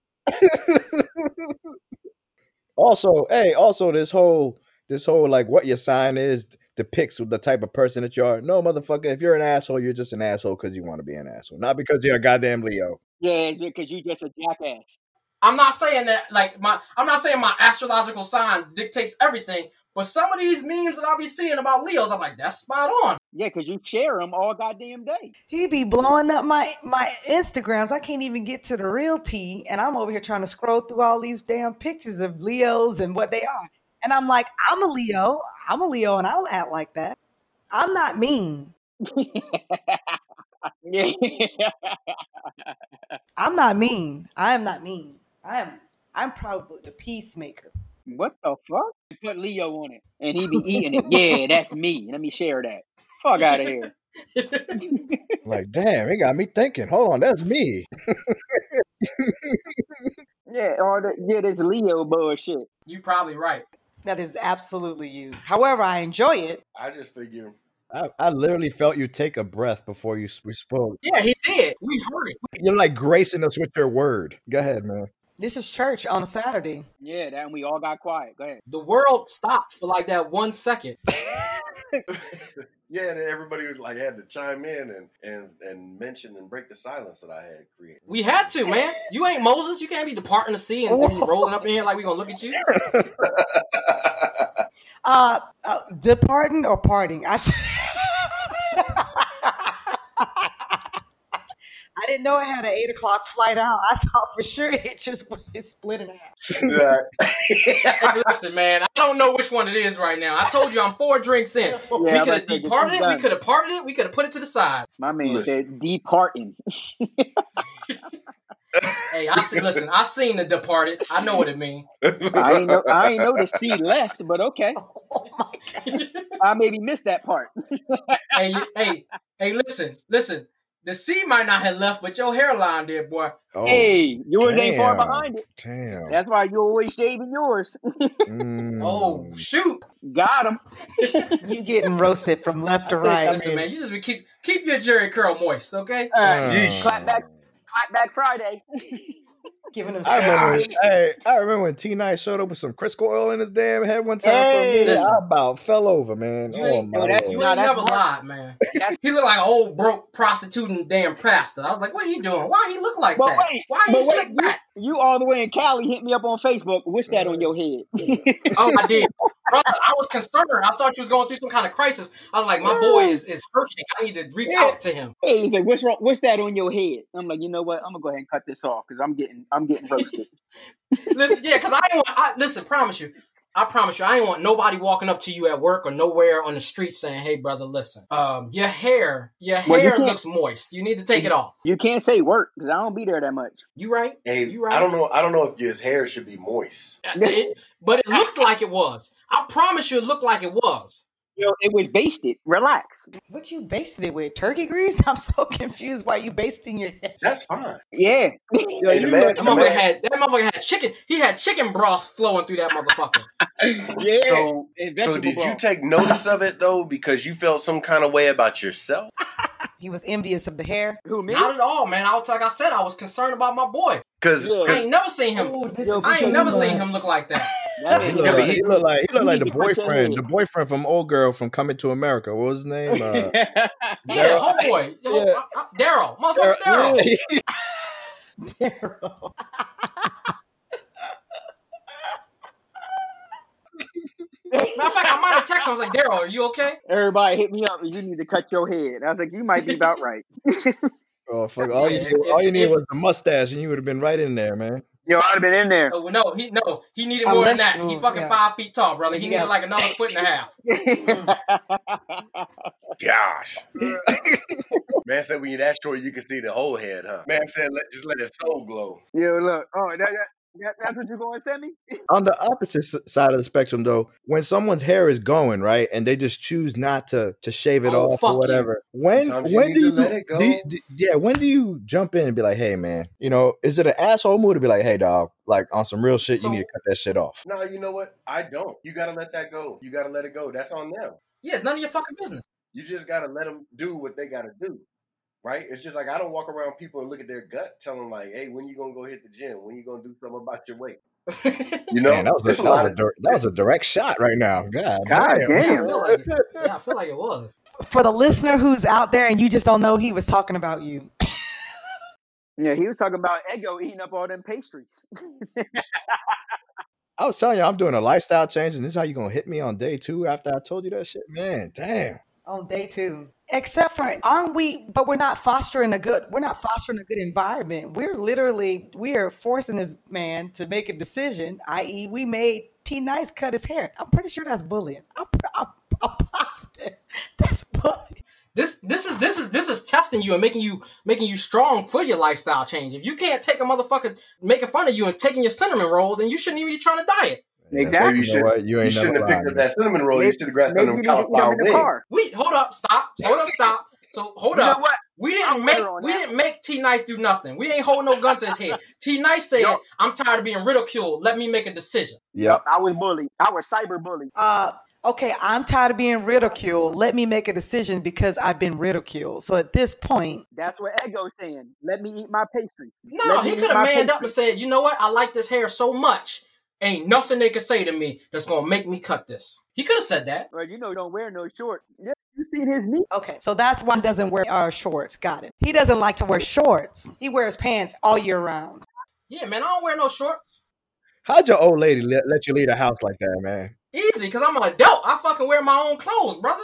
D: Also, hey, also this whole this whole like what your sign is depicts the type of person that you are. No, motherfucker, if you're an asshole, you're just an asshole because you want to be an asshole, not because you're a goddamn Leo.
B: Yeah, because you just a jackass.
A: I'm not saying that like my I'm not saying my astrological sign dictates everything, but some of these memes that I'll be seeing about Leos, I'm like, that's spot on.
B: Yeah, because you share them all goddamn day.
C: He be blowing up my my Instagrams. I can't even get to the real T, and I'm over here trying to scroll through all these damn pictures of Leos and what they are. And I'm like, I'm a Leo. I'm a Leo, and I don't act like that. I'm not mean.
B: Yeah,
C: I'm not mean. I am not mean. I am. I'm probably the peacemaker.
B: what the fuck? Put Leo on it, and he be eating it. Yeah, that's me. Let me share that. Fuck out of here.
D: Like, damn, it got me thinking. Hold on, that's me.
B: yeah, or the, yeah, this Leo bullshit.
A: you probably right.
C: That is absolutely you. However, I enjoy it.
E: I just figure
D: I, I literally felt you take a breath before you s- we spoke.
A: Yeah, he did. We heard it.
D: You're like gracing us with your word. Go ahead, man.
C: This is church on a Saturday.
B: Yeah, that and we all got quiet. Go ahead.
A: The world stopped for like that one second.
E: Yeah, and then everybody was like had to chime in and and and mention and break the silence that I had created.
A: We had to, man. You ain't Moses. You can't be departing the sea and then be rolling up in here like we gonna look at you.
C: Uh, uh departing or parting? I, I didn't know I had an eight o'clock flight out. I thought for sure it just it split in half.
E: Yeah.
A: Hey, Listen, man, I don't know which one it is right now. I told you I'm four drinks in. we
B: I'm
A: could
B: about
A: have
B: to say, get
A: departed
B: you
A: it. We
B: done.
A: could have parted it. We could have put it to the side.
B: My man
E: Listen.
B: said departing.
A: Hey, I see. Listen, I seen the departed. I know what it means.
B: I ain't know I ain't know the C left, but okay.
C: Oh my
B: I maybe missed that part.
A: Hey, you- hey, hey! Listen, listen. The sea might not have left, but your hairline did, boy.
D: Oh,
B: hey, yours ain't far
D: damn.
B: behind it.
D: Damn.
B: That's why you always shaving yours.
D: Mm.
A: Oh shoot!
B: got him.
C: You getting roasted from left to
D: I
C: right.
A: Listen, man, you just be keep keep your Jerry curl moist, okay?
B: All
D: ah.
B: right.
E: Yeesh.
D: Oh.
B: Clap back, clap back Friday.
C: Giving them
D: I remember, when,
C: shit.
D: hey, I remember when T Night showed up with some Crisco oil in his damn head one time for a
B: Hey.
D: minute.
A: Listen.
D: I about fell over, man.
A: You
D: oh
A: ain't-
D: my
B: yo, that's-
A: You
D: lord.
B: Nah,
A: ain't
B: that's
A: never
B: Mark.
A: lied, man. He looked like an old broke prostituting damn pastor. I was like, what he doing? Why he look like
B: But
A: that?
B: wait,
A: Why he
B: but wait,
A: slick back?
B: You all the way in Cali hit me up on Facebook. What's that on your head?
A: Oh, I did. Brother, I was concerned. I thought you was going through some kind of crisis. I was like, my boy is, is hurting. I need to reach
B: Yeah.
A: out to him.
B: Hey, he's like, "What's wrong? What's that on your head?" I'm like, "You know what? I'm gonna go ahead and cut this off because I'm getting, I'm getting roasted."
A: Listen, yeah, because I ain't want. I, listen, promise you, I promise you, I ain't want nobody walking up to you at work or nowhere on the street saying, "Hey, brother, listen, um, your hair, your
B: Well, you
A: hair
B: can't-
A: looks moist. You need to take it off."
B: you can't say work because I don't be there that much.
A: You right?
E: Hey,
A: You right?
E: I don't know. I don't know if his hair should be moist.
A: It- but it looked like it was. I promise you, it looked like it was.
B: You know, it was basted. Relax.
C: What you basted it with? Turkey grease? I'm so confused why you basting your head.
E: That's fine.
B: Yeah,
D: Yo,
E: Hey, the
D: you
E: man-
D: look-
A: That
E: the
A: motherfucker
E: man-
A: had that motherfucker had chicken. He had chicken broth flowing through that motherfucker.
B: yeah.
E: So-
B: And
E: So
B: vegetable
E: did you
B: broth.
E: take notice of it though, because you felt some kind of way about yourself?
C: He was envious of the hair.
B: Who me?
A: Not at all, man. I was like I said, I was concerned about my boy.
E: Because
B: Yeah.
A: I ain't never seen him.
C: Oh, this
B: Yo,
C: is
A: I
C: too
A: ain't never seen
C: much.
A: him look like that.
B: That
D: He
B: ain't
D: look
E: Yeah,
B: good.
E: but
D: like,
E: he-
D: he look like he look
B: You
D: like
B: need to
D: the
B: punch that
D: boyfriend,
B: head.
D: the boyfriend from Old Girl from Coming to America. What was his name? Uh,
A: Yeah,
D: Daryl.
A: homeboy. Yo,
D: Yeah.
A: I- I- Daryl. Motherfucker Daryl.
D: Yeah.
C: Daryl.
A: Matter of fact, I might have texted him. I was like, Daryl, are you okay?
B: Everybody hit me up. You need to cut your head. I was like, you might be about right.
D: Oh fuck! All
A: Yeah,
D: you
A: if-
D: need, all you
A: if-
D: need
A: if-
D: was the mustache, and you would have been right in there, man.
B: Yo, I'd have been in there.
A: Oh, well, no, he no, he needed more than
C: Unless
A: that.
C: you-
A: he fucking
C: yeah.
A: five feet tall, brother. He
C: You
A: needed
C: got-
A: like another foot and a half. Mm.
E: gosh, man said when you're that short, you can see the whole head, huh? Man said, let, just let his soul glow.
B: Yo, look. Oh, that, that, that, that's what you going to send me?
D: On the opposite s- side of the spectrum, though, when someone's hair is going right, and they just choose not to to shave it
A: Oh,
D: off
A: fuck
D: or
A: you.
D: whatever, when
E: Sometimes you
D: when
E: need
D: do
E: to
D: you,
E: let it
D: do you-
E: go.
D: do- yeah when do you jump in and be like, hey man, you know, is it an asshole move to be like, hey dog, like on some real shit,
A: So-
D: you need to cut that shit off?
E: No, you know what? I don't. You gotta let that go. You gotta let it go. That's on them.
A: Yeah, it's none of your fucking business.
E: You just gotta let them do what they gotta do. Right? It's just like I don't walk around people and look at their gut, tell them like, "Hey, when you gonna go hit the gym? When you gonna do something about your weight?" You know,
D: Man, that was a,
E: it's
D: that
E: a
D: was
E: lot
D: a
E: of
D: dir- that was a direct shot right now. God,
B: God
D: damn.
A: yeah, I
B: damn.
A: feel like it. Yeah, I feel like it was.
C: For the listener who's out there and you just don't know, he was talking about you.
B: Yeah, he was talking about Ego eating up all them pastries.
D: I was telling you, I'm doing a lifestyle change, and this is how you gonna hit me on day two after I told you that shit, man. Damn.
C: on day two. Except for aren't we? But we're not fostering a good. We're not fostering a good environment. We're literally we are forcing this man to make a decision. I.e., we made T Nice cut his hair. I'm pretty sure that's bullying. I'm, I'm, I'm positive that's bullying.
A: This this is this is this is testing you and making you making you strong for your lifestyle change. If you can't take a motherfucker making fun of you and taking your cinnamon roll, then you shouldn't even be trying to diet.
D: Yeah,
B: Exactly.
D: You, know what? You
E: You
D: ain't never
E: shouldn't have picked
D: lying.
E: up that cinnamon roll. you
B: Maybe-
E: should have grabbed
B: Maybe
E: some
B: you
E: of them
B: need to eat them
E: cauliflower
B: in the
E: wings.
B: car.
A: Wait, hold up, stop, hold up, stop. So hold
B: you know
A: up.
B: what?
A: We didn't
B: I'm with
A: make
B: her on
A: we
B: that.
A: didn't make T Nice do nothing. We ain't hold no gun to his head. T Nice said,
B: Yo.
A: "I'm tired of being ridiculed. Let me make a decision."
D: Yep.
B: I was bullied. I was cyber bullied.
C: Uh, okay, I'm tired of being ridiculed. Let me make a decision because I've been ridiculed. So at this point,
B: That's what Ego's saying. Let me eat my pastries.
A: No,
B: Let me
A: he
B: eat
A: could have
B: my
A: manned up and
B: pastries.
A: said, "You know what? I like this hair so much. Ain't nothing they could say to me that's gonna make me cut this." He could have said that.
B: Well, you know, he don't wear no shorts. Yeah, you seen his knee?
C: okay, so that's why he doesn't wear uh, shorts. Got it. He doesn't like to wear shorts. He wears pants all year round.
A: Yeah, man, I don't wear no shorts.
D: How'd your old lady let, let you leave the house like that, man?
A: Easy, cause I'm an adult. I fucking wear my own clothes, brother.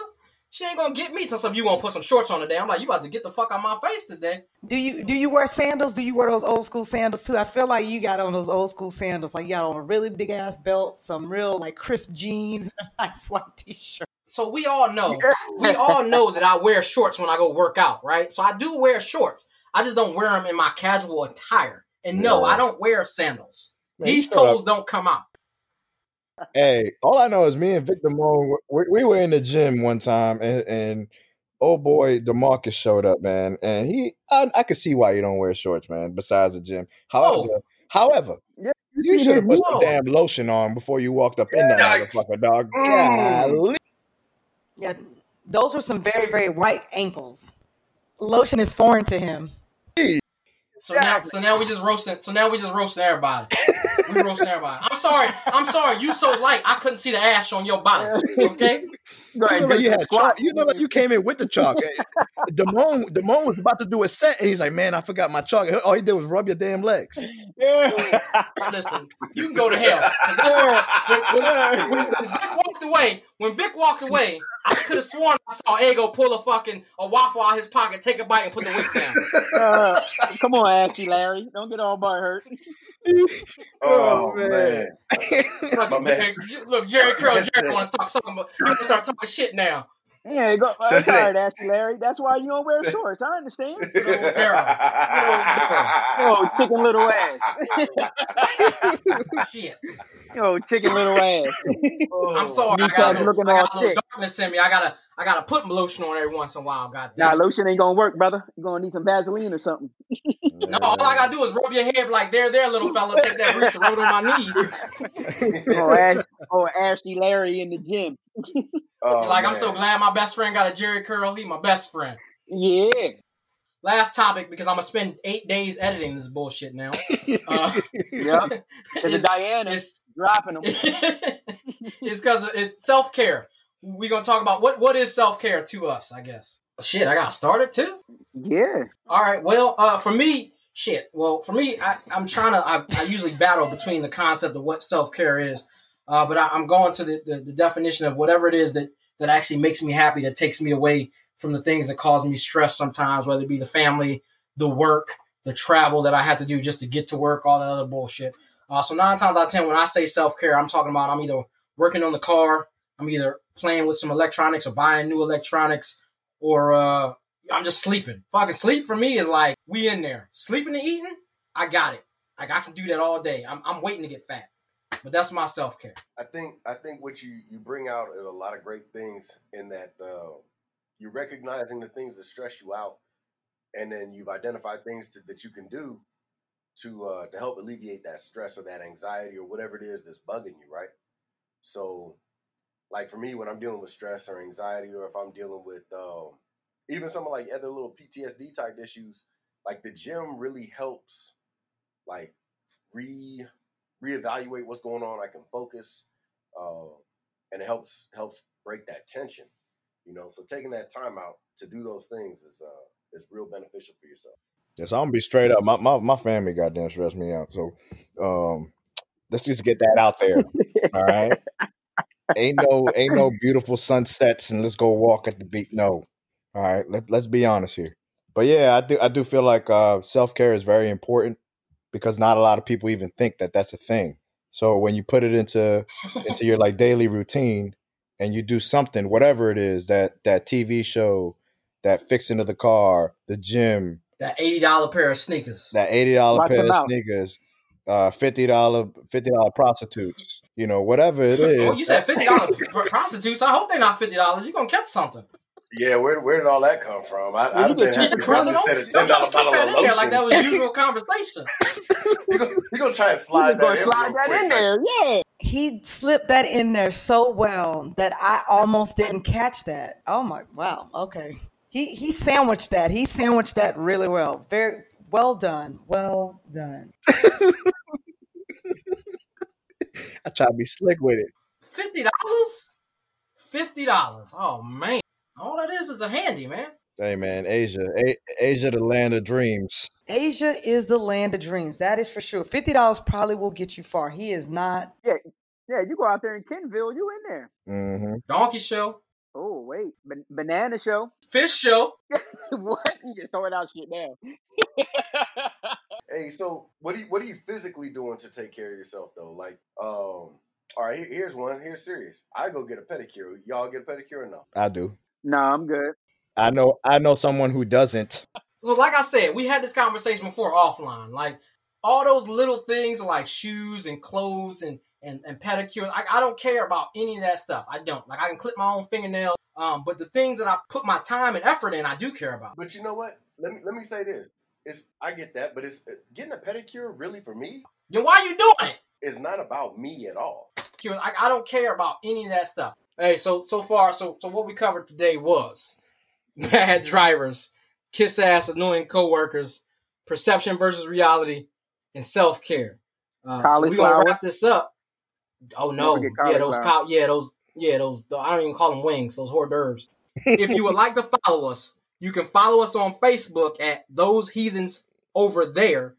A: She ain't gonna get me till some you gonna put some shorts on today. I'm like, you about to get the fuck out my face today.
C: Do you do you wear sandals? Do you wear those old school sandals too? I feel like you got on those old school sandals. Like you got on a really big ass belt, some real like crisp jeans, and a nice white t-shirt.
A: So we all know, we all know that I wear shorts when I go work out, right? So I do wear shorts. I just don't wear them in my casual attire. And no,
D: Yeah.
A: I don't wear sandals.
D: Man, you
A: These
D: shut up.
A: toes don't come out.
D: Hey, all I know is me and Vic Damone, we, we were in the gym one time, and, and oh boy, Demarcus showed up, man, and he, I, I could see why you don't wear shorts, man. Besides the gym, however,
A: Oh.
D: however,
B: Yeah,
D: you
B: seen
D: should
B: his
D: have put
A: knee?
D: some damn lotion on before you walked up in that
E: Yikes.
D: motherfucker, dog.
E: Mm.
D: Golly.
C: Yeah, those were some very very white ankles. Lotion is foreign to him.
A: So now, so now we just roasting. So now we just roasting everybody. We roasting everybody. I'm sorry. I'm sorry. You so light, I couldn't see the ash on your body. Okay.
B: Go
D: You
B: ahead,
D: look like
B: do
D: you
B: some
D: had chalk.
B: squats.
D: You look like you came in with the chalk. Damone, Damone was about to do a set, and he's like, "Man, I forgot my chalk." All he did was rub your damn legs.
B: Yeah.
A: Listen, you can go to hell. 'Cause that's what- when, when, when Vic walked away, when Vic walked away, I could have sworn I saw Ego pull a fucking a waffle out of his pocket, take a bite, and put the wick down.
B: Uh, come on, Ashley Larry. Don't get all butt hurt.
E: Oh,
D: Oh,
E: man.
D: man.
A: Look,
E: My man.
A: Jerry- look, Jerry Curl,
E: That's
A: Jerry
E: it.
A: wants to talk something, but you gonna start talking shit now.
B: Yeah, go.
E: Say
B: I'm
E: that.
B: tired, Ashley Larry. That's why you don't wear
E: Say-
B: shorts. I understand. Yo, chicken little ass.
E: Oh,
A: Shit.
B: Yo, Oh, chicken little ass.
E: Oh.
A: I'm sorry. I
B: You
A: got a
B: cats
A: little,
B: looking
A: I
B: all
A: got a
B: sick.
A: little darkness in me. I gotta, I gotta put lotion on every once in a while. God
B: Nah,
A: damn. it.
B: lotion ain't gonna work, brother. You're gonna need some Vaseline or something.
A: No, all I gotta do is rub your head like there, there, little fella. Take that grease and rub it on my knees.
B: Or, Oh, Ash, or Ashley Larry in the gym.
E: Oh,
A: You're like, I'm
E: man.
A: so glad my best friend got a Jerry curl. He my best friend.
B: Yeah.
A: Last topic because I'm gonna spend eight days editing this bullshit now. Uh,
B: Yep. To the
A: is-
B: Diana
A: is-
B: dropping them.
A: it's because it's self care. We gonna talk about what what is self care to us, I guess. Shit, I got started too.
B: Yeah.
A: All right. Well, uh, for me, shit. Well, for me, I, I'm trying to. I, I usually battle between the concept of what self care is, uh, but I, I'm going to the, the, the definition of whatever it is that that actually makes me happy, that takes me away from the things that cause me stress sometimes, whether it be the family, the work, the travel that I have to do just to get to work, all that other bullshit. Uh, so nine times out of ten, when I say self care, I'm talking about I'm either working on the car, I'm either playing with some electronics or buying new electronics, or uh, I'm just sleeping. Fucking sleep for me is like we in there sleeping and eating. I got it. Like I can do that all day. I'm, I'm waiting to get fat, but that's my self care.
E: I think I think what you you bring out is a lot of great things in that uh, you're recognizing the things that stress you out, and then you've identified things to, that you can do to uh, to help alleviate that stress or that anxiety or whatever it is that's bugging you, right? So, like for me, when I'm dealing with stress or anxiety, or if I'm dealing with um, even some of like other little PTSD type issues, like the gym really helps, like re reevaluate what's going on. I can focus, uh, and it helps helps break that tension, you know. So taking that time out to do those things is uh, is real beneficial for yourself.
D: Yes, I'm gonna be straight up. My my, my family goddamn stressed me out. So um let's just get that out there. All right. Ain't no ain't no beautiful sunsets and let's go walk at the beach. No. All right. Let, let's be honest here. But yeah, I do I do feel like uh self care is very important because not a lot of people even think that that's a thing. So when you put it into into your like daily routine and you do something, whatever it is, that that TV show, that fixing of the car, the gym,
A: That eighty dollar pair of sneakers.
D: that eighty dollar
B: Watch
D: pair
B: them
D: of
B: out.
D: sneakers, uh, fifty dollar fifty dollar prostitutes, you know, whatever it
A: Oh,
D: is.
A: you said fifty dollars prostitutes. I hope they're not fifty dollars. You gonna catch something?
E: Yeah, where where did all that come from? I,
B: Well,
E: I'd
B: you
E: have been
B: just
E: happy
B: keep
E: to probably
A: don't,
E: said a
A: don't try to
E: ten dollar
A: slip
E: bottle
A: that
E: of
A: in there like that
E: lotion.
A: was usual conversation.
E: You gonna, you gonna try
B: You
E: and slide
B: just
E: that
B: gonna
E: in?
B: slide
E: real
B: that
E: quick,
B: in
E: like,
B: there, yeah.
C: He slipped that in there so well that I almost didn't catch that. Oh my wow. Okay. He he sandwiched that. He sandwiched that really well. Very well done. Well done.
D: I try to be slick with it.
A: Fifty dollars? Fifty dollars. Oh man. All that is is a handy, man.
D: Hey man, Asia, a- Asia, the land of dreams.
C: Asia is the land of dreams. That is for sure. Fifty dollars probably will get you far. He is not.
B: Yeah, you go out there in Kenville, you in there.
D: hmm
A: Donkey show,
B: Oh, wait. Ban- banana show.
A: fish show.
B: what? You just throwing out shit now.
E: Hey, so what are you what are you physically doing to take care of yourself though? Like, um, all right, here- here's one. Here's serious. I go get a pedicure. Y'all get a pedicure or no?
D: I do.
B: no, I'm good.
D: I know. I know someone who doesn't.
A: So like I said, we had this conversation before offline. Like all those little things like shoes and clothes and and, and pedicure. I, I don't care about any of that stuff. I don't. Like I can clip my own fingernail. Um, but the things that I put my time and effort in, I do care about.
E: But you know what? Let me let me say this. It's I get that, but it's uh, getting a pedicure really for me
A: Then why you doing it?
E: is not about me at all.
A: Cure- I, I don't care about any of that stuff. Hey, so so far, so so what we covered today was bad drivers, kiss ass, annoying coworkers, perception versus reality, and self care. Uh, so we gonna
B: Cauliflower.
A: wrap this up. Oh no,
B: forget
A: yeah those
B: cauliflower.
A: cow, yeah those yeah those I don't even call them wings, those hors d'oeuvres. if you would like to follow us, you can follow us on Facebook at those heathens over there.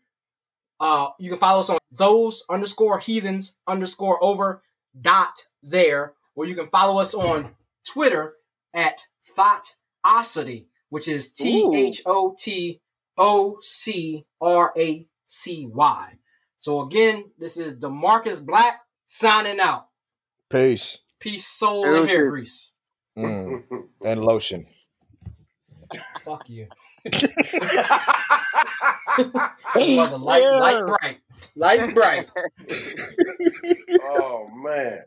A: Uh, you can follow us on those underscore heathens underscore over dot there, or you can follow us on Twitter at thoughtosity, which is T H O T O C R A C Y. So again, this is Demarcus Black signing out.
D: Peace
A: Peace, soul, and hair
B: Okay.
A: grease.
D: Mm. and lotion.
A: Fuck you. Mother,
E: oh
A: light, light bright. Light bright.
E: Oh, man.